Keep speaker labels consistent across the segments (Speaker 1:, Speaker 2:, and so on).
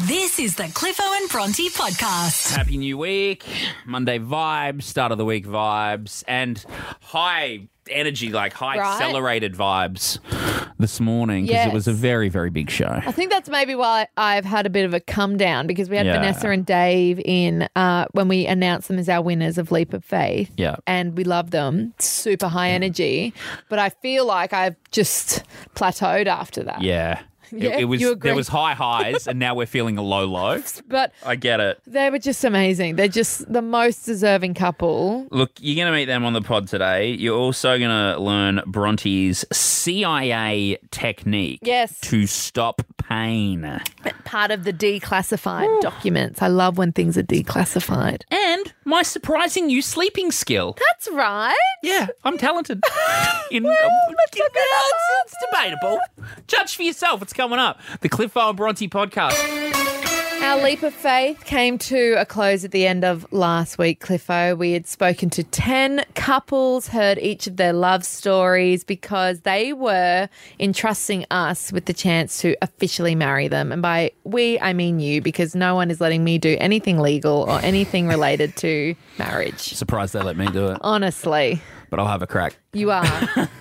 Speaker 1: This is the Cliffo and Bronte podcast.
Speaker 2: Happy new week, Monday vibes, start of the week vibes, and high energy, like high
Speaker 3: Right.
Speaker 2: accelerated vibes this morning because it was a
Speaker 3: Yes.
Speaker 2: very, very big show.
Speaker 3: I think that's maybe why I've had a bit of a come down because we had
Speaker 2: Yeah.
Speaker 3: Vanessa and Dave in uh, when we announced them as our winners of Leap of Faith.
Speaker 2: Yeah.
Speaker 3: And we love them. Super high energy. But I feel like I've just plateaued after that.
Speaker 2: Yeah. It-
Speaker 3: Yeah,
Speaker 2: it, was
Speaker 3: you agree.
Speaker 2: there was high highs and now we're feeling a low low.
Speaker 3: But
Speaker 2: I get it.
Speaker 3: they were just amazing. They're just the most deserving couple.
Speaker 2: Look, you're going to meet them on the pod today. You're also going to learn Bronte's CIA technique
Speaker 3: Yes.
Speaker 2: to stop pain.
Speaker 3: Part of the declassified documents. I love when things are declassified.
Speaker 2: And my surprising new sleeping skill.
Speaker 3: That's right.
Speaker 2: Yeah, I'm talented. In,
Speaker 3: let's look it
Speaker 2: Well,
Speaker 3: up.
Speaker 2: it's, it's debatable. Judge for yourself. It's coming up. The Cliffo and Bronte podcast.
Speaker 3: Our leap of faith came to a close at the end of last week, Cliffo. We had spoken to 10 couples, heard each of their love stories because they were entrusting us with the chance to officially marry them. And by we, I mean you, because no one is letting me do anything legal or anything related to marriage.
Speaker 2: Surprised they let me do it,
Speaker 3: Honestly.
Speaker 2: but I'll have a crack.
Speaker 3: You are.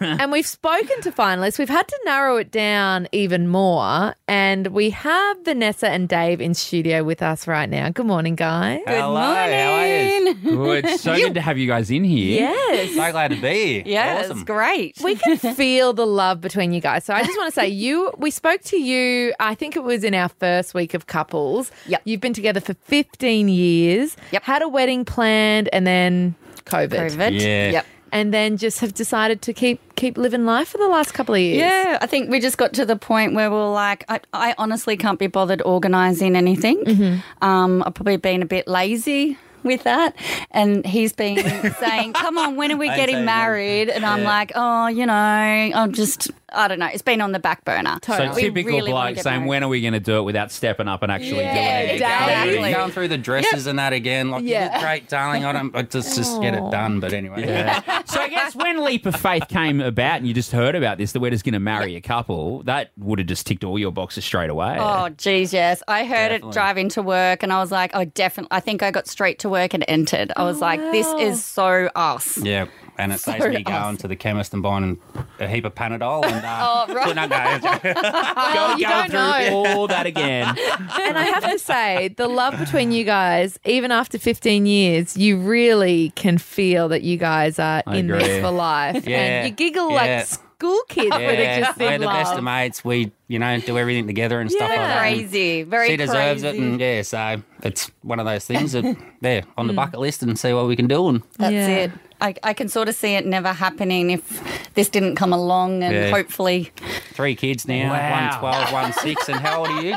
Speaker 3: and we've spoken to finalists. We've had to narrow it down even more. And we have Vanessa and Dave in studio with us right now. Good morning, guys.
Speaker 4: Hello, how are you?
Speaker 2: Good. So good to have you guys in here.
Speaker 3: Yes.
Speaker 4: So glad to be here.
Speaker 2: Yeah,
Speaker 4: Yeah,
Speaker 2: it's Awesome.
Speaker 4: great.
Speaker 3: We can feel the love between you guys. So I just want to say you we spoke to you, I think it was in our first week of couples.
Speaker 4: Yep.
Speaker 3: You've been together for 15 years.
Speaker 4: Yep.
Speaker 3: Had a wedding planned and then COVID.
Speaker 4: COVID.
Speaker 2: Yeah.
Speaker 4: Yep.
Speaker 3: And then just have decided to keep keep living life for the last couple of years.
Speaker 4: Yeah, I think we just got to the point where we were like, I, I honestly can't be bothered organising anything. Um, I've probably been a bit lazy with that. And he's been saying, come on, when are we getting married? And I'm like, oh, you know, I'm just, I don't know. It's been on the back burner.
Speaker 2: So
Speaker 3: We
Speaker 2: typical
Speaker 4: really wanna
Speaker 2: bloke
Speaker 4: get
Speaker 2: saying,
Speaker 4: married.
Speaker 2: when are we going to do it without stepping up and actually
Speaker 3: Yeah,
Speaker 2: doing it?
Speaker 3: exactly.
Speaker 5: You're going through the dresses and that again. Like,
Speaker 3: Yeah.
Speaker 5: you look great, darling. I don't. I just, just get it done. But anyway,
Speaker 2: Yeah. so I guess when Leap of Faith came about and you just heard about this, that we're just going to marry a couple, that would have just ticked all your boxes straight away.
Speaker 4: Oh, geez, yes. I heard
Speaker 5: Definitely.
Speaker 4: it driving to work and I was like, oh, definitely. I think I got straight to work and entered. I was like, this is so us.
Speaker 5: yeah. And it saves me going to the chemist and buying a heap of Panadol. And, uh,
Speaker 4: Oh, right.
Speaker 5: putting that down.
Speaker 2: Go,
Speaker 3: you
Speaker 2: go
Speaker 3: don't
Speaker 2: through
Speaker 3: know.
Speaker 2: all that again.
Speaker 3: And I have to say, the love between you guys, even after 15 years, you really can feel that you guys are
Speaker 2: I
Speaker 3: in
Speaker 2: agree.
Speaker 3: this for life.
Speaker 5: Yeah,
Speaker 3: And you giggle
Speaker 5: yeah.
Speaker 3: like school kids when it
Speaker 5: yeah,
Speaker 3: just
Speaker 5: we're
Speaker 3: said
Speaker 5: the best
Speaker 3: love.
Speaker 5: of mates. We, you know, do everything together and stuff like that. And
Speaker 4: Crazy. Very
Speaker 5: She deserves
Speaker 4: crazy.
Speaker 5: it, and yeah, so it's one of those things that there on the bucket list and see what we can do. And
Speaker 4: That's
Speaker 3: Yeah.
Speaker 4: it. I, I can sort of see it never happening if this didn't come along and
Speaker 5: Yeah.
Speaker 4: hopefully.
Speaker 5: three kids now,
Speaker 2: Wow.
Speaker 5: one twelve, one six, and how old are you?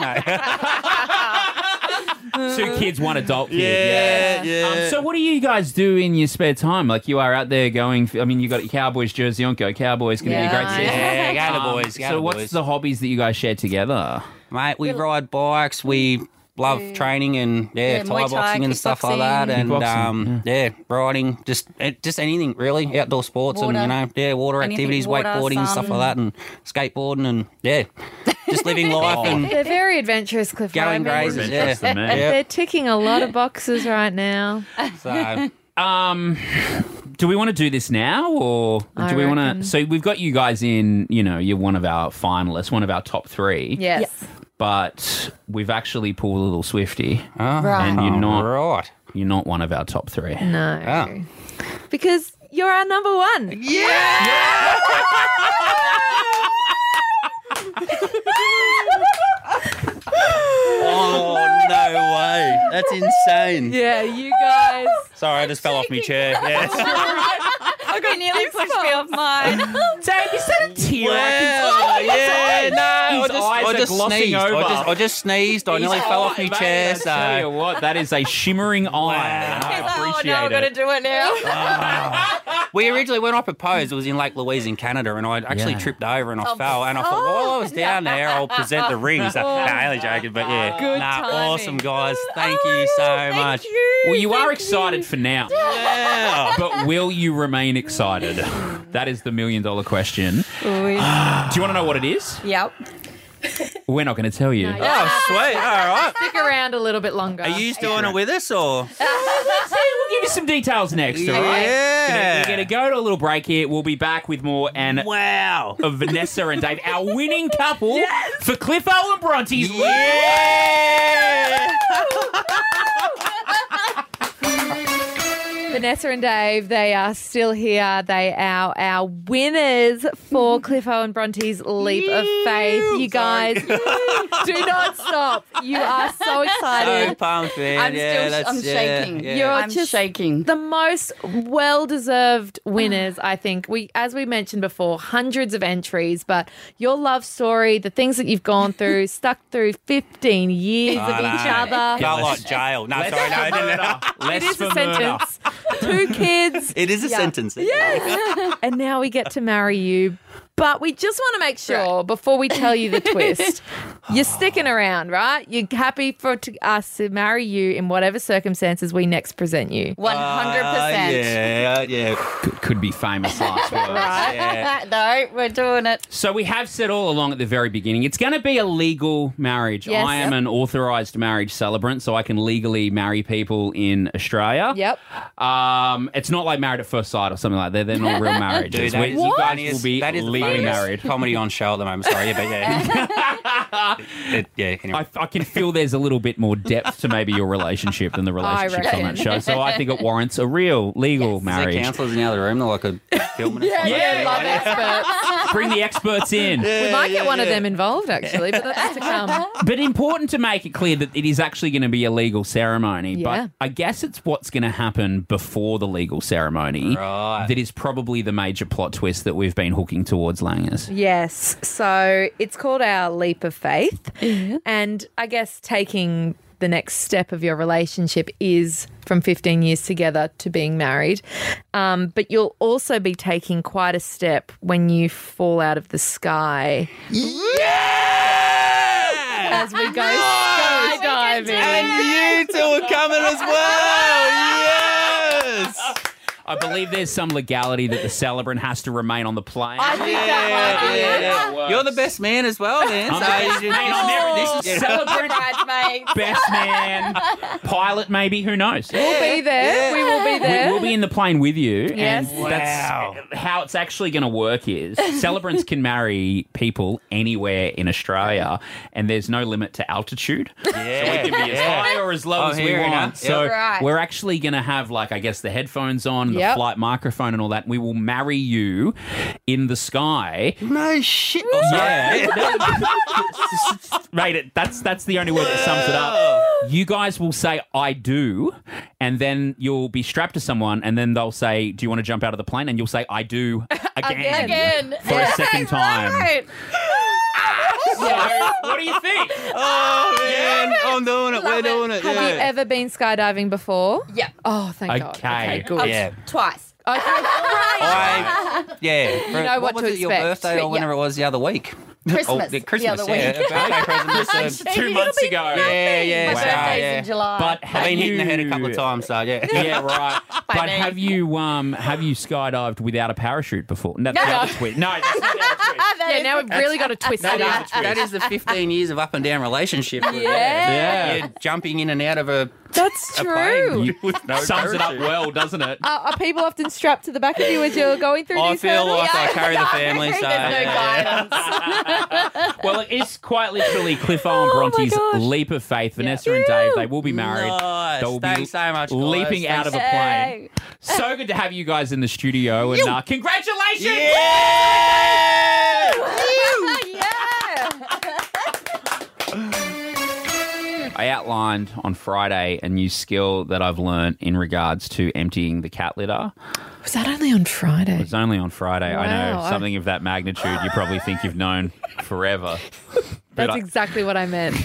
Speaker 5: No.
Speaker 2: Two kids, one adult kid.
Speaker 5: Yeah, yeah.
Speaker 2: Um, so, what do you guys do in your spare time? Like, you are out there going. I mean, you got your Cowboys jersey on. Go Cowboys! Going to
Speaker 3: Yeah.
Speaker 2: be a great season.
Speaker 5: Yeah, go the
Speaker 2: Um,
Speaker 5: boys. Go
Speaker 2: so,
Speaker 5: the
Speaker 2: what's
Speaker 5: boys.
Speaker 2: the hobbies that you guys share together?
Speaker 5: Mate, we ride bikes. We love training and
Speaker 4: Mm. Yeah,
Speaker 5: yeah, Thai
Speaker 4: Muay Thai,
Speaker 5: boxing and stuff like that.
Speaker 4: kickboxing.
Speaker 5: And
Speaker 2: Kickboxing,
Speaker 5: um, yeah. riding, just eh, just anything really, outdoor sports and
Speaker 4: Water.
Speaker 5: you know, yeah, water
Speaker 4: Anything,
Speaker 5: activities,
Speaker 4: water,
Speaker 5: wakeboarding and stuff like that, and skateboarding and yeah, just living life and
Speaker 3: They're very adventurous, Cliff. I
Speaker 5: going
Speaker 3: mean,
Speaker 5: grazes. Yeah,
Speaker 2: Adventurous than me.
Speaker 3: They're
Speaker 5: yeah.
Speaker 3: ticking a lot of boxes right now.
Speaker 5: So
Speaker 2: Um, do we want to do this now, or do
Speaker 3: I
Speaker 2: we want
Speaker 3: reckon.
Speaker 2: to? So, we've got you guys in. You know, you're one of our finalists, one of our top three.
Speaker 3: Yes.
Speaker 2: But we've actually pulled a little swifty.
Speaker 4: Right.
Speaker 2: And you're not.
Speaker 5: uh, right.
Speaker 2: You're not one of our top three.
Speaker 3: No.
Speaker 5: Oh.
Speaker 3: Because you're our number one.
Speaker 5: Oh no way! That's insane.
Speaker 3: Yeah, you guys.
Speaker 5: Sorry, I just fell off my chair. Yeah.
Speaker 4: I got nearly pushed me off mine. Oh,
Speaker 2: Dave, is that a tear?
Speaker 5: Well, yeah, no,
Speaker 2: His
Speaker 5: I
Speaker 2: eyes
Speaker 5: just, I
Speaker 2: are
Speaker 5: just
Speaker 2: glossing
Speaker 5: sneezed.
Speaker 2: over.
Speaker 5: I just, I just sneezed. I nearly fell off my chair.
Speaker 2: I tell you
Speaker 5: So
Speaker 2: what, that is a shimmering eye. and I
Speaker 4: oh,
Speaker 2: appreciate
Speaker 4: now I've got to
Speaker 2: it.
Speaker 4: do it now.
Speaker 5: we originally, when I proposed, it was in Lake Louise in Canada, and I actually
Speaker 2: Yeah.
Speaker 5: tripped over and I fell. And I thought, while I was down there, I'll present the rings. So, nah, only joking, but yeah,
Speaker 3: Good
Speaker 5: nah,
Speaker 3: timing.
Speaker 5: awesome guys. Thank you so much.
Speaker 2: Well, you are excited for now,
Speaker 5: Yeah.
Speaker 2: but will you remain excited? That is the million dollar question. Do you want to know what it is?
Speaker 4: Yep.
Speaker 2: We're not going to tell you.
Speaker 3: No, yeah.
Speaker 5: Oh, sweet. All right.
Speaker 3: Stick around a little bit longer.
Speaker 5: Are you still on it with us or?
Speaker 2: We'll give you some details next, all right?
Speaker 5: Yeah.
Speaker 2: We're going to go to a little break here. We'll be back with more and
Speaker 5: Wow.
Speaker 2: of Vanessa and Dave, our winning couple for Cliffo and Bronte's
Speaker 5: Yeah.
Speaker 3: Vanessa and Dave, they are still here. They are our winners for Cliffo and Bronte's Leap of Faith. You guys, do not stop. You are so
Speaker 5: So
Speaker 3: excited.
Speaker 5: pumped, man.
Speaker 4: I'm
Speaker 5: yeah,
Speaker 4: still
Speaker 5: that's,
Speaker 4: I'm
Speaker 5: yeah,
Speaker 4: shaking.
Speaker 5: yeah.
Speaker 3: You're
Speaker 4: I'm
Speaker 3: just-
Speaker 4: shaking.
Speaker 3: The most well deserved winners, I think. We, as we mentioned before, hundreds of entries, but your love story, the things that you've gone through, stuck through 15 years of
Speaker 5: I know.
Speaker 3: each other.
Speaker 5: Go like jail. No, sorry, no, I didn't.
Speaker 3: It
Speaker 2: Less
Speaker 3: is
Speaker 2: for
Speaker 3: a
Speaker 2: murder.
Speaker 3: sentence. Two kids,
Speaker 5: It is a sentence. Yeah.
Speaker 3: and now we get to marry you. But we just want to make sure before we tell you the twist, you're sticking around, right? You're happy for to, us to marry you in whatever circumstances we next present you.
Speaker 4: One hundred percent.
Speaker 5: Uh, Ah, Yeah, yeah.
Speaker 2: Could, could be famous last words.
Speaker 4: No, we're doing it.
Speaker 2: So we have said all along at the very beginning, it's going to be a legal marriage.
Speaker 3: Yes.
Speaker 2: I am an authorised marriage celebrant, so I can legally marry people in Australia.
Speaker 3: Yep.
Speaker 2: Um, it's not like married at first sight or something like that. They're not real marriages.
Speaker 5: Dude, that
Speaker 2: We- you
Speaker 5: is the
Speaker 2: guys
Speaker 5: funniest-
Speaker 2: will be
Speaker 5: that is the
Speaker 2: legally
Speaker 5: funniest
Speaker 2: married.
Speaker 5: comedy on show at the moment. Sorry, yeah, but yeah. It- yeah, anyway.
Speaker 2: I, I can feel there's a little bit more depth to maybe your relationship than the
Speaker 3: I
Speaker 2: relationships on
Speaker 3: reckon.
Speaker 2: that show. So I think it warrants a real legal
Speaker 5: Is there
Speaker 2: marriage.
Speaker 5: counselors in the other room? They're like a filming. yeah,
Speaker 2: Yeah,
Speaker 3: Love experts.
Speaker 2: bring the experts in.
Speaker 3: We might get one of them involved, actually, but that's to come.
Speaker 2: But important to make it clear that it is actually going to be a legal ceremony.
Speaker 3: Yeah.
Speaker 2: But I guess it's what's going to happen before the legal ceremony
Speaker 5: Right.
Speaker 2: that is probably the major plot twist that we've been hooking towards Langers.
Speaker 3: Yes. So it's called our leap of faith. And I guess taking the next step of your relationship is from 15 years together to being married. Um, but you'll also be taking quite a step when you fall out of the sky as we go skydiving.
Speaker 5: And you two are coming as well. Yes.
Speaker 2: I believe there's some legality that the celebrant has to remain on the plane.
Speaker 5: Yeah, yeah, yeah. You're the best man as well, man.
Speaker 2: I'm
Speaker 5: So
Speaker 2: the best
Speaker 5: you-
Speaker 2: man.
Speaker 5: you-
Speaker 2: Never-
Speaker 5: this
Speaker 2: this
Speaker 5: is-
Speaker 2: is celebrant, best man, pilot maybe, who knows?
Speaker 3: We'll be there. We will be
Speaker 2: We-
Speaker 3: there.
Speaker 2: We'll be in the plane with you.
Speaker 3: Yes.
Speaker 2: And that's how it's actually going to work is celebrants can marry people anywhere in Australia and there's no limit to altitude.
Speaker 5: Yeah.
Speaker 2: It can be as high or as low
Speaker 5: I'm
Speaker 2: as Oh, we
Speaker 5: hearing
Speaker 2: want.
Speaker 5: that.
Speaker 2: So
Speaker 5: Yep.
Speaker 4: Right.
Speaker 2: we're actually going to have like I guess the headphones on, and the
Speaker 3: Yep.
Speaker 2: flight microphone and all that. We will marry you in the sky.
Speaker 5: No shit.
Speaker 2: Mate, it, that's that's the only word that sums it up. You guys will say I do, and then you'll be strapped to someone, and then they'll say, "Do you want to jump out of the plane?" And you'll say, "I do again,
Speaker 3: Again.
Speaker 2: for a second time." So, what do you think?
Speaker 5: Oh man, I'm doing it. We're doing it.
Speaker 3: Have
Speaker 5: yeah.
Speaker 3: you ever been skydiving before?
Speaker 4: Yeah,
Speaker 3: Oh, thank God.
Speaker 2: Okay.
Speaker 3: Okay, good.
Speaker 5: Yeah.
Speaker 4: twice.
Speaker 5: I, yeah. You
Speaker 3: know what
Speaker 5: was
Speaker 3: to
Speaker 5: it, Your
Speaker 3: expect.
Speaker 5: birthday or whenever it was the other week.
Speaker 4: Christmas.
Speaker 5: Oh, the
Speaker 4: the
Speaker 5: Christmas.
Speaker 4: other
Speaker 5: yeah.
Speaker 4: week.
Speaker 5: Birthday Christmas. uh,
Speaker 2: Two months ago.
Speaker 5: yeah, yeah.
Speaker 4: My
Speaker 5: wow,
Speaker 4: birthday's
Speaker 5: yeah.
Speaker 4: in July.
Speaker 2: But have
Speaker 5: I've been
Speaker 2: you...
Speaker 5: hitting the head a couple of times, so yeah.
Speaker 2: Yeah, right. but
Speaker 4: me.
Speaker 2: have you um have you skydived without a parachute before? No, that's the other twist. No, that's not the other twist.
Speaker 4: Ah,
Speaker 3: Yeah, now we've really got to twist it up.
Speaker 5: That is- that is the 15 years of up and down relationship. Yeah.
Speaker 2: Yeah.
Speaker 5: You're jumping in and out of a,
Speaker 3: That's
Speaker 5: a plane
Speaker 3: true.
Speaker 5: with no
Speaker 2: Sums it up
Speaker 5: parachute.
Speaker 2: well, doesn't it?
Speaker 3: Are, are people often strapped to the back of you as you're going through
Speaker 5: I
Speaker 3: these
Speaker 5: feel
Speaker 3: hurdles?
Speaker 5: like I carry the family, so yeah.
Speaker 2: Well, it is quite literally Cliff and Bronte's
Speaker 3: gosh.
Speaker 2: leap of faith. Vanessa and Dave, they will be married.
Speaker 5: Nice.
Speaker 2: They'll be
Speaker 5: Thanks so much, guys.
Speaker 2: leaping out of
Speaker 5: Thanks
Speaker 2: a plane. So good to have you guys in the studio, and uh, congratulations!
Speaker 4: Ah,
Speaker 2: I outlined on Friday a new skill that I've learned in regards to emptying the cat litter.
Speaker 3: Was that only on Friday?
Speaker 2: It's only on Friday. I
Speaker 3: Wow.
Speaker 2: know something of that magnitude. You probably think you've known forever.
Speaker 3: That's
Speaker 2: I-
Speaker 3: exactly what I meant.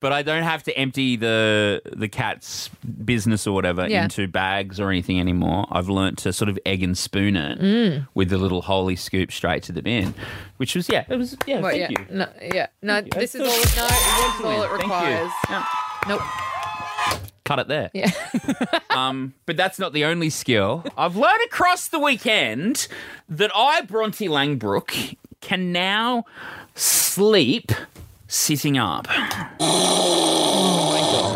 Speaker 2: but I don't have to empty the the cat's business or whatever
Speaker 3: Yeah.
Speaker 2: into bags or anything anymore. I've learnt to sort of egg and spoon it
Speaker 3: Mm.
Speaker 2: with the little holy scoop straight to the bin, which was yeah, it was yeah,
Speaker 3: Well, yeah,
Speaker 2: thank you.
Speaker 3: no, yeah, no. This is all. No,
Speaker 2: That's
Speaker 3: this is all it
Speaker 2: Thank you.
Speaker 3: requires.
Speaker 2: Yeah.
Speaker 3: Nope.
Speaker 2: Cut it there.
Speaker 3: Yeah.
Speaker 2: Um, but that's not the only skill. I've learned across the weekend that I, Bronte Langbrook, can now sleep sitting up. Oh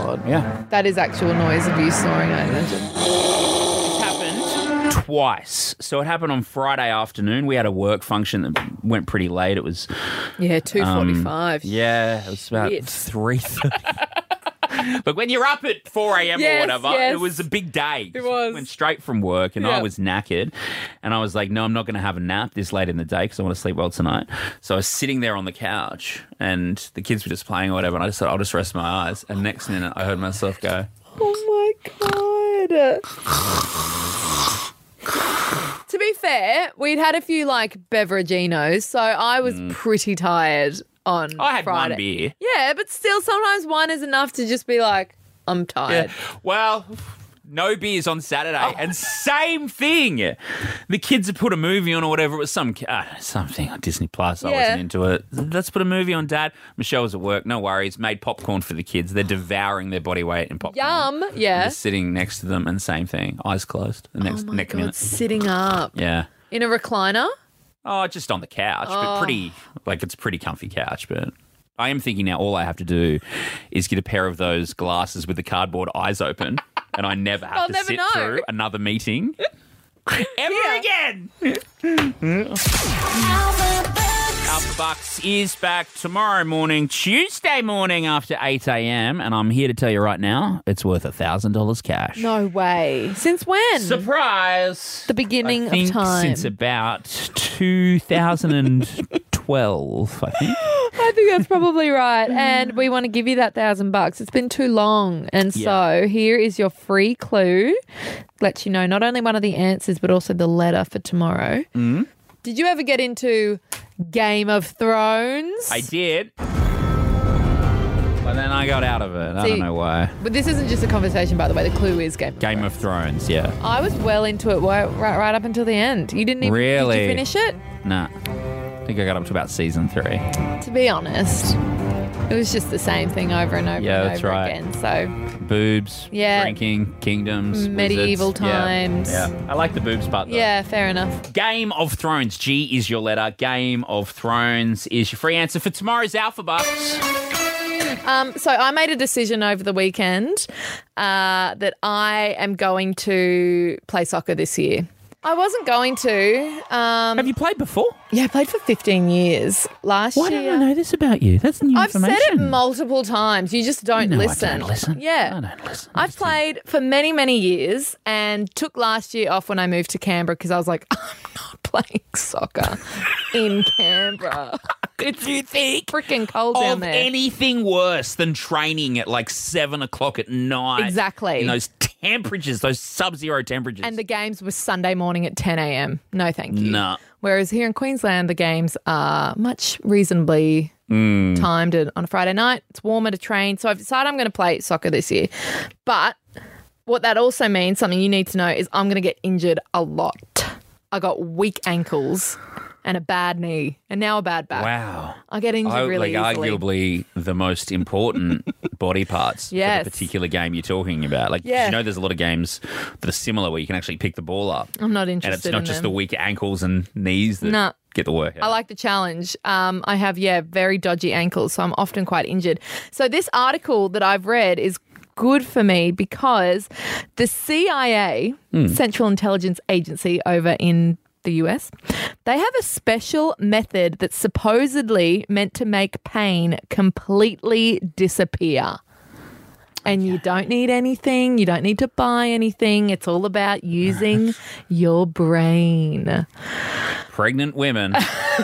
Speaker 2: my god. Yeah.
Speaker 3: That is actual noise of you snoring, I imagine.
Speaker 2: It's happened twice. So it happened on Friday afternoon. We had a work function that went pretty late. It was Um,
Speaker 3: Yeah, two forty-five.
Speaker 2: yeah, it was about
Speaker 3: Shit.
Speaker 2: three thirty. But when you're up at 4 a.m. or
Speaker 3: Yes,
Speaker 2: whatever,
Speaker 3: yes.
Speaker 2: it was a big day.
Speaker 3: It was.
Speaker 2: Went straight from work and I
Speaker 3: Yeah.
Speaker 2: was knackered. And I was like, no, I'm not going to have a nap this late in the day because I want to sleep well tonight. So I was sitting there on the couch and the kids were just playing or whatever. And I just thought, I'll just rest my eyes. And next minute, I heard myself go,
Speaker 3: Oh my god. to be fair, we'd had a few like beveragenos, so I was pretty tired on
Speaker 2: Mm. I had
Speaker 3: Friday.
Speaker 2: one beer.
Speaker 3: Yeah, but still sometimes one is enough to just be like, I'm tired.
Speaker 2: Well, no beers on Saturday,
Speaker 3: Oh.
Speaker 2: and same thing. The kids had put a movie on or whatever. It was some uh, something on Disney Plus. I
Speaker 3: Yeah.
Speaker 2: wasn't into it. Let's put a movie on, Dad. Michelle was at work. No worries. Made popcorn for the kids. They're devouring their body weight in popcorn.
Speaker 3: Yum.
Speaker 2: I'm
Speaker 3: Yeah.
Speaker 2: Just sitting next to them, and same thing. Eyes closed. The next
Speaker 3: Oh my
Speaker 2: next
Speaker 3: God,
Speaker 2: minute.
Speaker 3: sitting up
Speaker 2: Yeah.
Speaker 3: in a recliner.
Speaker 2: Oh, just on the couch,
Speaker 3: Oh.
Speaker 2: but pretty like it's a pretty comfy couch, but. I am thinking now all I have to do is get a pair of those glasses with the cardboard eyes open and I never have
Speaker 3: I'll
Speaker 2: to
Speaker 3: never
Speaker 2: sit
Speaker 3: know.
Speaker 2: through another meeting ever again. Alpha Bucks is back tomorrow morning, Tuesday morning after 8 a.m. And I'm here to tell you right now, it's worth $1,000 cash.
Speaker 3: No way. Since when?
Speaker 2: Surprise!
Speaker 3: The beginning
Speaker 2: I
Speaker 3: of
Speaker 2: think
Speaker 3: time.
Speaker 2: Since about 2012, I think.
Speaker 3: I think that's probably right. And we want to give you that thousand bucks. It's been too long. And
Speaker 2: Yeah.
Speaker 3: so here is your free clue. Let you know not only one of the answers, but also the letter for tomorrow. Mm.
Speaker 2: Mm-hmm.
Speaker 3: Did you ever get into Game of Thrones?
Speaker 2: I did. But then I got out of it. I don't
Speaker 3: See-
Speaker 2: know why.
Speaker 3: But this isn't just a conversation, by the way. The clue is Game.
Speaker 2: Game of Thrones, yeah.
Speaker 3: I was well into it right, right, right up until the end. You didn't even Did
Speaker 2: Really?
Speaker 3: you finish it?
Speaker 2: Nah. I think I got up to about season three.
Speaker 3: To be honest, it was just the same thing over and over
Speaker 2: Yeah,
Speaker 3: and
Speaker 2: that's
Speaker 3: over
Speaker 2: right.
Speaker 3: again. So
Speaker 2: Boobs,
Speaker 3: Yeah. Mm,
Speaker 2: drinking, kingdoms,
Speaker 3: Medieval
Speaker 2: wizards. Yeah.
Speaker 3: times.
Speaker 2: Yeah. I like the boobs part though.
Speaker 3: yeah, fair enough.
Speaker 2: Game of Thrones. G is your letter. Game of Thrones is your free answer for tomorrow's Alpha Bucks.
Speaker 3: Um, so I made a decision over the weekend uh, that I am going to play soccer this year. I wasn't going to. Um,
Speaker 2: Have you played before?
Speaker 3: yeah, I played for 15 years last
Speaker 2: Why
Speaker 3: year.
Speaker 2: didn't I know this about you? That's new
Speaker 3: I've said
Speaker 2: information.
Speaker 3: it multiple times. You just don't
Speaker 2: No, I
Speaker 3: listen.
Speaker 2: don't listen.
Speaker 3: Yeah.
Speaker 2: I don't listen.
Speaker 3: I've played for many, many years and took last year off when I moved to Canberra because I was like, I'm not playing soccer in Canberra.
Speaker 2: Could you think
Speaker 3: Freaking cold down
Speaker 2: of
Speaker 3: there.
Speaker 2: anything worse than training at like seven o'clock at night?
Speaker 3: Exactly.
Speaker 2: In those temperatures, those sub-zero temperatures.
Speaker 3: and the games were Sunday morning at 10 a.m. No, thank you.
Speaker 2: Nah.
Speaker 3: Whereas here in Queensland, the games are much reasonably
Speaker 2: Hmm.
Speaker 3: timed and on a Friday night. It's warmer to train. So I've decided I'm going to play soccer this year. But what that also means, something you need to know, is I'm going to get injured a lot. I got weak ankles and a bad knee and now a bad back.
Speaker 2: wow.
Speaker 3: I get injured
Speaker 2: I,
Speaker 3: really
Speaker 2: like
Speaker 3: easily.
Speaker 2: arguably the most important body parts
Speaker 3: Yes.
Speaker 2: for the particular game you're talking about. Like 'cause
Speaker 3: Yeah.
Speaker 2: you know, there's a lot of games that are similar where you can actually pick the ball up,
Speaker 3: I'm not
Speaker 2: and it's
Speaker 3: interested
Speaker 2: not
Speaker 3: in
Speaker 2: just
Speaker 3: them.
Speaker 2: the weak ankles and knees that
Speaker 3: Nah.
Speaker 2: get the work.
Speaker 3: I like the challenge. Um, I have, yeah, very dodgy ankles, so I'm often quite injured. So this article that I've read is good for me because the CIA, Central Intelligence Agency over in the US, they have a special method that's supposedly meant to make pain completely disappear. And you don't need anything. You don't need to buy anything. It's all about using your brain.
Speaker 2: pregnant women.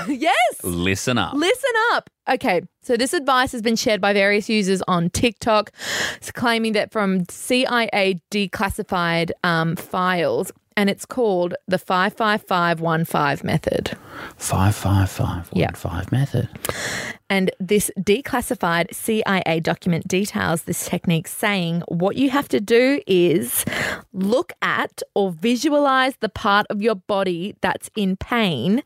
Speaker 3: Yes.
Speaker 2: listen up.
Speaker 3: Listen up. Okay, so this advice has been shared by various users on TikTok, It's claiming that from CIA declassified um, files, and it's called the 55515 method.
Speaker 2: Five five five one
Speaker 3: Yeah.
Speaker 2: five method.
Speaker 3: And this declassified CIA document details this technique, saying what you have to do is look at or visualize the part of your body that's in pain,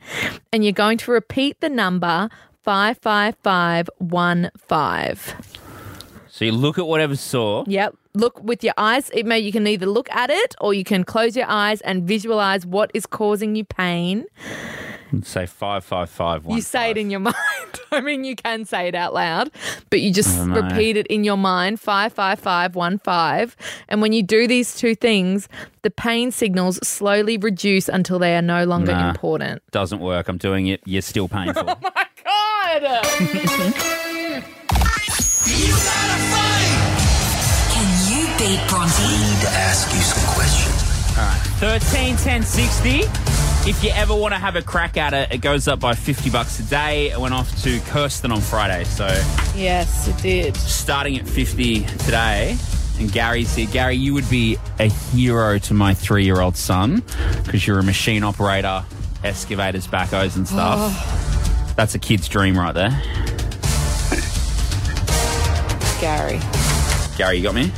Speaker 3: and you're going to repeat the number 55515.
Speaker 2: So you look at whatever sore.
Speaker 3: Yep. Look with your eyes. It may you can either look at it or you can close your eyes and visualize what is causing you pain.
Speaker 2: Say five five five one.
Speaker 3: You say it in your mind. I mean, you can say it out loud, but you just
Speaker 2: know.
Speaker 3: repeat it in your mind five, five, five, one, five. And when you do these two things, the pain signals slowly reduce until they are no longer
Speaker 2: Nah.
Speaker 3: important.
Speaker 2: Doesn't work. I'm doing it. You're still painful.
Speaker 3: God!
Speaker 1: Can you beat Bronte?
Speaker 6: need to ask you some questions.
Speaker 2: 13 10 60. If you ever want to have a crack at it, it goes up by 50 bucks a day. It went off to Kirsten on Friday. So
Speaker 3: yes, it did.
Speaker 2: starting at 50 today. And Gary's here. Gary, you would be a hero to my three year old son because you're a machine operator, excavators, backhoes, and stuff.
Speaker 3: Oh.
Speaker 2: That's a kid's dream right there.
Speaker 3: Gary.
Speaker 2: Gary, you got me?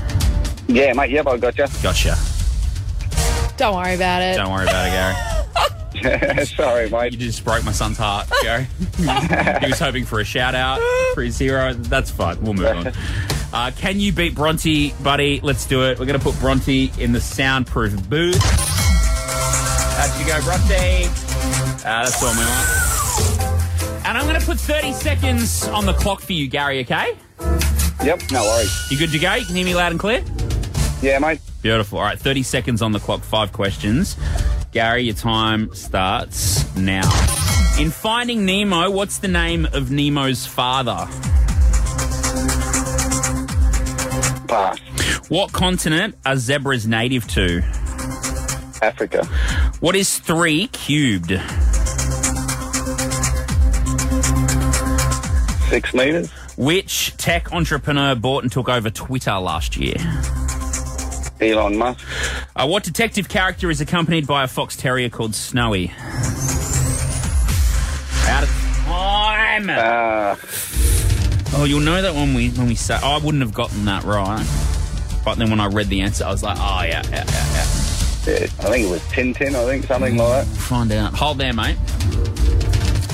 Speaker 7: Yeah, mate. Yep, I gotcha.
Speaker 2: Gotcha.
Speaker 3: Don't worry about it.
Speaker 2: Don't worry about it, Gary.
Speaker 7: Sorry,
Speaker 2: You
Speaker 7: mate.
Speaker 2: just broke my son's heart, Gary. he was hoping for a shout out for his hero. That's fine. We'll move on. Uh, can you beat Bronte, buddy? Let's do it. We're going to put Bronte in the soundproof booth. How'd you go, Bronte? Uh, that's all we want. And I'm going to put 30 seconds on the clock for you, Gary, okay?
Speaker 7: Yep, no worries.
Speaker 2: You good to go? You can hear me loud and clear?
Speaker 7: Yeah, mate.
Speaker 2: Beautiful. All right, 30 seconds on the clock, five questions. Gary, your time starts now. In Finding Nemo, what's the name of Nemo's father?
Speaker 7: Pass.
Speaker 2: What continent are zebras native to?
Speaker 7: Africa.
Speaker 2: What is three cubed?
Speaker 7: Six meters.
Speaker 2: Which tech entrepreneur bought and took over Twitter last year?
Speaker 7: Elon Musk.
Speaker 2: Uh, what detective character is accompanied by a fox terrier called Snowy? Out of time.
Speaker 7: Uh,
Speaker 2: Oh, you'll know that when we when we say. Oh, I wouldn't have gotten that right. But then when I read the answer, I was like, oh yeah, yeah, yeah, yeah.
Speaker 7: yeah, I think it was Tintin. I think something like that.
Speaker 2: Find out. Hold there, mate.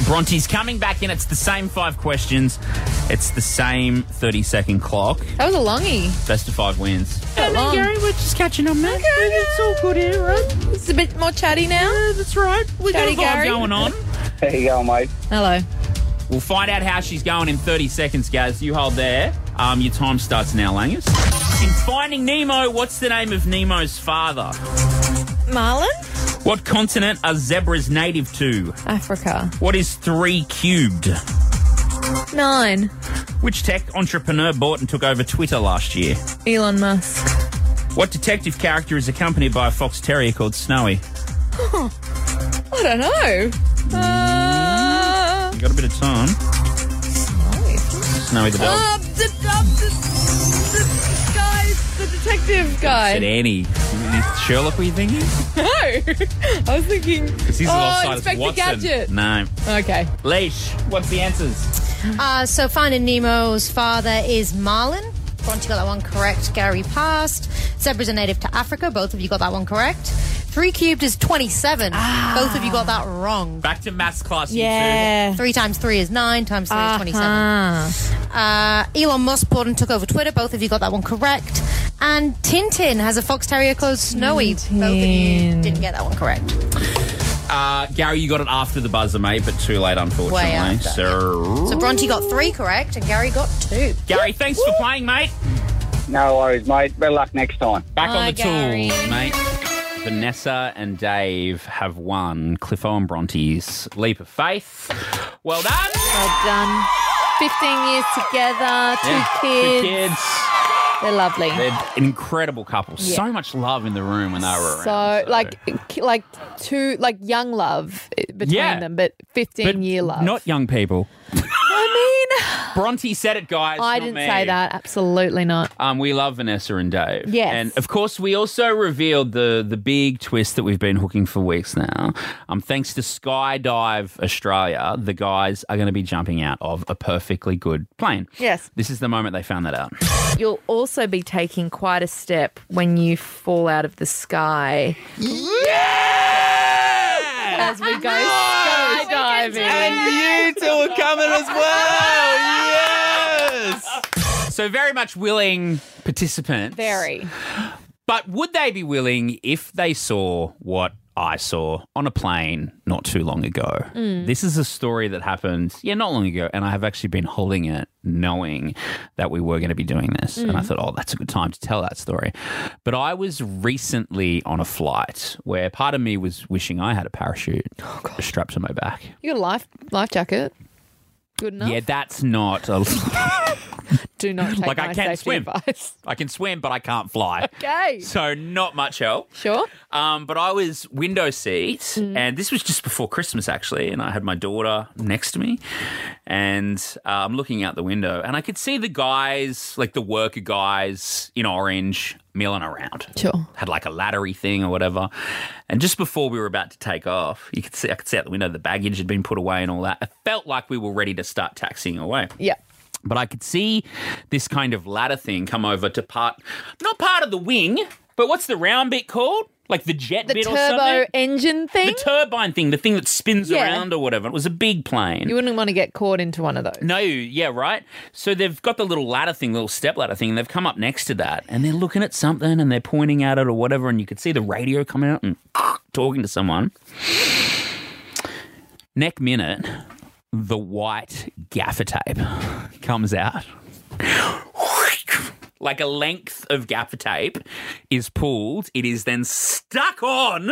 Speaker 2: Bronte's coming back in. It's the same five questions. It's the same thirty-second clock.
Speaker 3: That was a longie.
Speaker 2: Best of five wins.
Speaker 3: That long.
Speaker 2: we're just catching on, man.
Speaker 3: It's
Speaker 2: all good here, right?
Speaker 3: It's a bit more chatty now.
Speaker 2: That's right. We
Speaker 3: got a Daddy vibe Gary.
Speaker 2: going
Speaker 3: going
Speaker 2: on.
Speaker 7: There you go, mate.
Speaker 3: Hello.
Speaker 2: We'll find out how she's going in 30 seconds, Gaz. You hold there. Um, your time starts now, Langus. In Finding Nemo, what's the name of Nemo's father?
Speaker 3: Marlon?
Speaker 2: What continent are zebras native to?
Speaker 3: Africa.
Speaker 2: What is three cubed?
Speaker 3: Nine.
Speaker 2: Which tech entrepreneur bought and took over Twitter last year?
Speaker 3: Elon Musk.
Speaker 2: What detective character is accompanied by a fox terrier called Snowy?
Speaker 3: I don't know. Uh,
Speaker 2: You got a bit of time. Snowy the dog.
Speaker 3: uh, the, uh, the, the guys, the detective
Speaker 2: Said
Speaker 3: guy.
Speaker 2: Annie. Is Sherlock, were you thinking?
Speaker 3: No. I was thinking.
Speaker 2: Because he's
Speaker 3: oh,
Speaker 2: alongside
Speaker 3: Inspector
Speaker 2: Watson.
Speaker 3: Gadget.
Speaker 2: No.
Speaker 3: Okay.
Speaker 2: Leash, what's the answers?
Speaker 8: Uh, so Finding Nemo's father is Marlin. Bronte got that one correct. Gary passed. Zebras are native to Africa. Both of you got that one correct. Three cubed is 27. Both of you got that wrong.
Speaker 2: Back to maths class,
Speaker 8: Three times three is nine, times 3 is 27.
Speaker 3: Ah.
Speaker 8: Uh, Elon Musk bought and took over Twitter. Both of you got that one correct. And Tintin has a fox terrier called Snowy. Both of you didn't get that one correct.
Speaker 2: you two. Uh, Gary, you got it after the buzzer, mate, but too late, unfortunately.
Speaker 8: Way after.
Speaker 2: So,
Speaker 8: So Bronte got three correct, and Gary got two.
Speaker 2: Gary, thanks for playing, mate.
Speaker 7: No worries, mate. Better luck next time.
Speaker 2: Back on
Speaker 8: Bye,
Speaker 2: the
Speaker 8: Gary.
Speaker 2: tools, mate. Vanessa and Dave have won Cliffo and Bronte's Leap of Faith. Well done.
Speaker 3: Well done. 15 years together, two,
Speaker 2: Yeah,
Speaker 3: kids.
Speaker 2: Two kids.
Speaker 3: They're lovely.
Speaker 2: They're an incredible couple. So much love in the room when they were around.
Speaker 3: so, like, ki- like two, like young love eh, between
Speaker 2: Yeah.
Speaker 3: them, but 15
Speaker 2: But
Speaker 3: year love.
Speaker 2: Not young people.
Speaker 3: I mean,
Speaker 2: Bronte said it, guys.
Speaker 3: I
Speaker 2: not
Speaker 3: didn't
Speaker 2: me.
Speaker 3: say that. Absolutely not.
Speaker 2: Um, we love Vanessa and Dave.
Speaker 3: Yes.
Speaker 2: And of course, we also revealed the the big twist that we've been hooking for weeks now. Um, thanks to Skydive Australia, the guys are going to be jumping out of a perfectly good plane.
Speaker 3: Yes.
Speaker 2: This is the moment they found that out.
Speaker 3: You'll also be taking quite a step when you fall out of the sky
Speaker 2: Yeah!
Speaker 3: as we go skydiving.
Speaker 2: And you two are coming as well. Yes. So very much willing participants.
Speaker 3: Very.
Speaker 2: But would they be willing if they saw what I saw on a plane not too long ago. This is a story that happened, yeah, not long ago, and I have actually been holding it knowing that we were going to be doing this. And I thought, oh, that's a good time to tell that story. But I was recently on a flight where part of me was wishing I had a parachute strapped to my back.
Speaker 3: You got a life life jacket. Good enough.
Speaker 2: Yeah, that's not a.
Speaker 3: Do not take
Speaker 2: like, I
Speaker 3: my
Speaker 2: can't
Speaker 3: safety
Speaker 2: swim.
Speaker 3: advice.
Speaker 2: I can swim, but I can't fly.
Speaker 3: Okay.
Speaker 2: So not much help.
Speaker 3: Sure.
Speaker 2: Um, but I was window seat, and this was just before Christmas actually, and I had my daughter next to me, and uh, I'm looking out the window, and I could see the guys, like the worker guys in orange, milling around.
Speaker 3: Sure.
Speaker 2: Had like a laddery thing or whatever, and just before we were about to take off, you could see I could see out the window the baggage had been put away and all that. It felt like we were ready to start taxiing away.
Speaker 3: Yeah.
Speaker 2: But I could see this kind of ladder thing come over to part, not part of the wing, but what's the round bit called? Like the jet
Speaker 3: The
Speaker 2: bit or
Speaker 3: turbo
Speaker 2: something?
Speaker 3: engine thing.
Speaker 2: The turbine thing, the thing that spins
Speaker 3: Yeah.
Speaker 2: around or whatever. It was a big plane.
Speaker 3: you wouldn't want to get caught into one of those.
Speaker 2: no, yeah, right. So they've got the little ladder thing, little step ladder thing, and they've come up next to that and they're looking at something and they're pointing at it or whatever, and you could see the radio coming out and talking to someone. Neck minute, the white gaffer tape comes out. Like a length of gaffer tape is pulled. It is then stuck on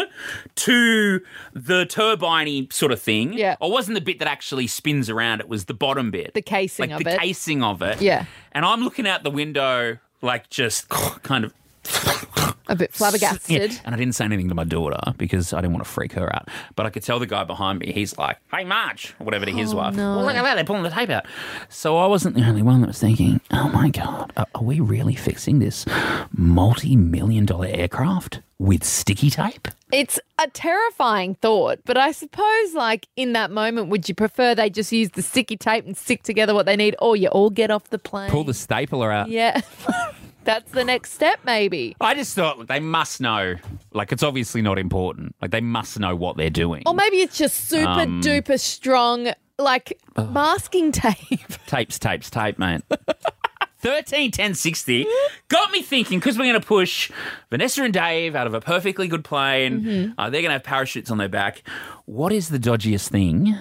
Speaker 2: to the turbiney sort of thing.
Speaker 3: Yeah.
Speaker 2: Or wasn't the bit that actually spins around, it was the bottom bit.
Speaker 3: The casing
Speaker 2: like
Speaker 3: of
Speaker 2: the
Speaker 3: it.
Speaker 2: casing of it.
Speaker 3: Yeah.
Speaker 2: And I'm looking out the window, like just kind of
Speaker 3: A bit flabbergasted.
Speaker 2: yeah, And I didn't say anything to my daughter because I didn't want to freak her out. But I could tell the guy behind me, he's like, hey, Marge, or whatever to his wife. Well, look at that, they're pulling the tape out. So I wasn't the only one that was thinking, oh my God, are, are we really fixing this multi million dollar aircraft with sticky tape?
Speaker 3: It's a terrifying thought, but I suppose, like, in that moment, would you prefer they just use the sticky tape and stick together what they need, or you all get off the plane?
Speaker 2: Pull the stapler out.
Speaker 3: Yeah. That's the next step, maybe.
Speaker 2: I just thought look, they must know. Like, it's obviously not important. Like, they must know what they're doing.
Speaker 3: Or maybe it's just super
Speaker 2: Um.
Speaker 3: duper strong, like, masking tape.
Speaker 2: Tapes, tapes, tape, mate. 13, 10, 60 got me thinking because we're going to push Vanessa and Dave out of a perfectly good plane. Uh, they're going to have parachutes on their back. What is the dodgiest thing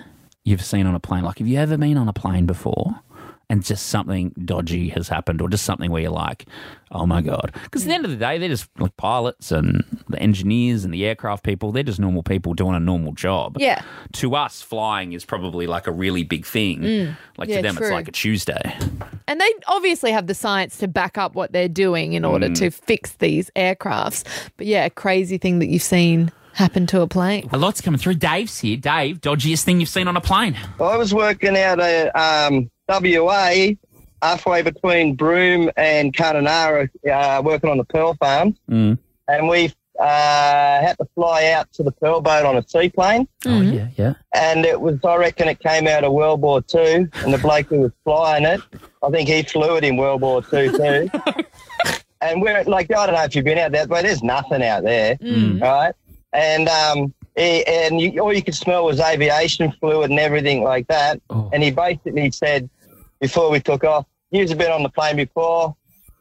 Speaker 2: you've seen on a plane? Like, have you ever been on a plane before and just something dodgy has happened or just something where you're like, oh my God? Because at the end of the day, they're just like pilots and the engineers and the aircraft people. They're just normal people doing a normal job.
Speaker 3: Yeah.
Speaker 2: To us, flying is probably like a really big thing. Like
Speaker 3: Mm. Yeah,
Speaker 2: to them,
Speaker 3: true.
Speaker 2: it's like a Tuesday.
Speaker 3: And they obviously have the science to back up what they're doing in order
Speaker 2: Mm.
Speaker 3: to fix these aircrafts. But yeah, a crazy thing that you've seen happen to a plane.
Speaker 2: A lot's coming through. Dave's here. Dave, dodgiest thing you've seen on a plane.
Speaker 9: I was working out at um, WA, halfway between Broome and Cardinara, uh, working on the pearl farm,
Speaker 2: Mm.
Speaker 9: and we uh, had to fly out to the pearl boat on a seaplane.
Speaker 3: Mm-hmm.
Speaker 2: Oh, yeah, yeah.
Speaker 9: And it was, I reckon, it came out of World War Two, and the bloke who was flying it, I think he flew it in World War Two too. and we're like, I don't know if you've been out that way. There's nothing out there,
Speaker 2: Mm.
Speaker 9: right? And um, he, and you, all you could smell was aviation fluid and everything like that.
Speaker 2: Oh.
Speaker 9: And he basically said, before we took off, you've been on the plane before.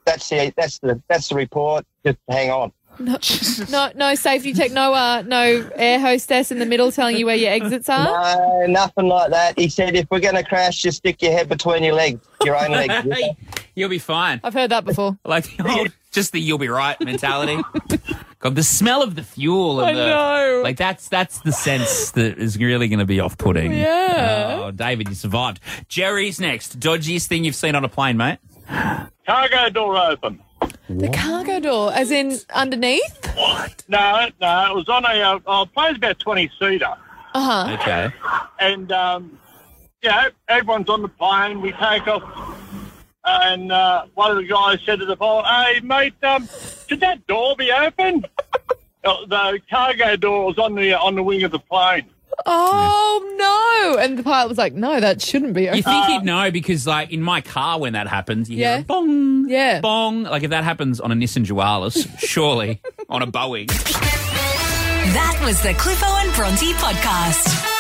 Speaker 9: That's the that's the that's the report. Just hang on.
Speaker 3: No, no safety tech, no, uh, no air hostess in the middle telling you where your exits are.
Speaker 9: No, nothing like that. He said, if we're going to crash, just stick your head between your legs, your own legs.
Speaker 2: Hey, you'll be fine.
Speaker 3: I've heard that before.
Speaker 2: Like the old, just the you'll be right mentality. God, the smell of the fuel and the
Speaker 3: know.
Speaker 2: like that's that's the sense that is really going to be off-putting.
Speaker 3: Yeah.
Speaker 2: Oh, David, you survived. Jerry's next. Dodgiest thing you've seen on a plane, mate.
Speaker 10: Cargo door open.
Speaker 3: The cargo door, as in underneath?
Speaker 10: No, no, it was on a, uh, oh, plane's about 20 seater.
Speaker 3: Uh huh.
Speaker 2: Okay.
Speaker 10: And, um, you know, everyone's on the plane. We take off. And uh, one of the guys said to the pilot, hey, mate, um, should that door be open? Uh, the cargo door was on the on the wing of the plane.
Speaker 3: Oh, no. And the pilot was like, no, that shouldn't be.
Speaker 2: You
Speaker 3: Okay.
Speaker 2: think you'd know because, like, in my car when that happens, you
Speaker 3: Um, Yeah.
Speaker 2: hear a bong,
Speaker 3: Yeah.
Speaker 2: bong. Like if that happens on a Nissan Jualis, surely on a Boeing.
Speaker 1: That was the Cliffo and Bronte podcast.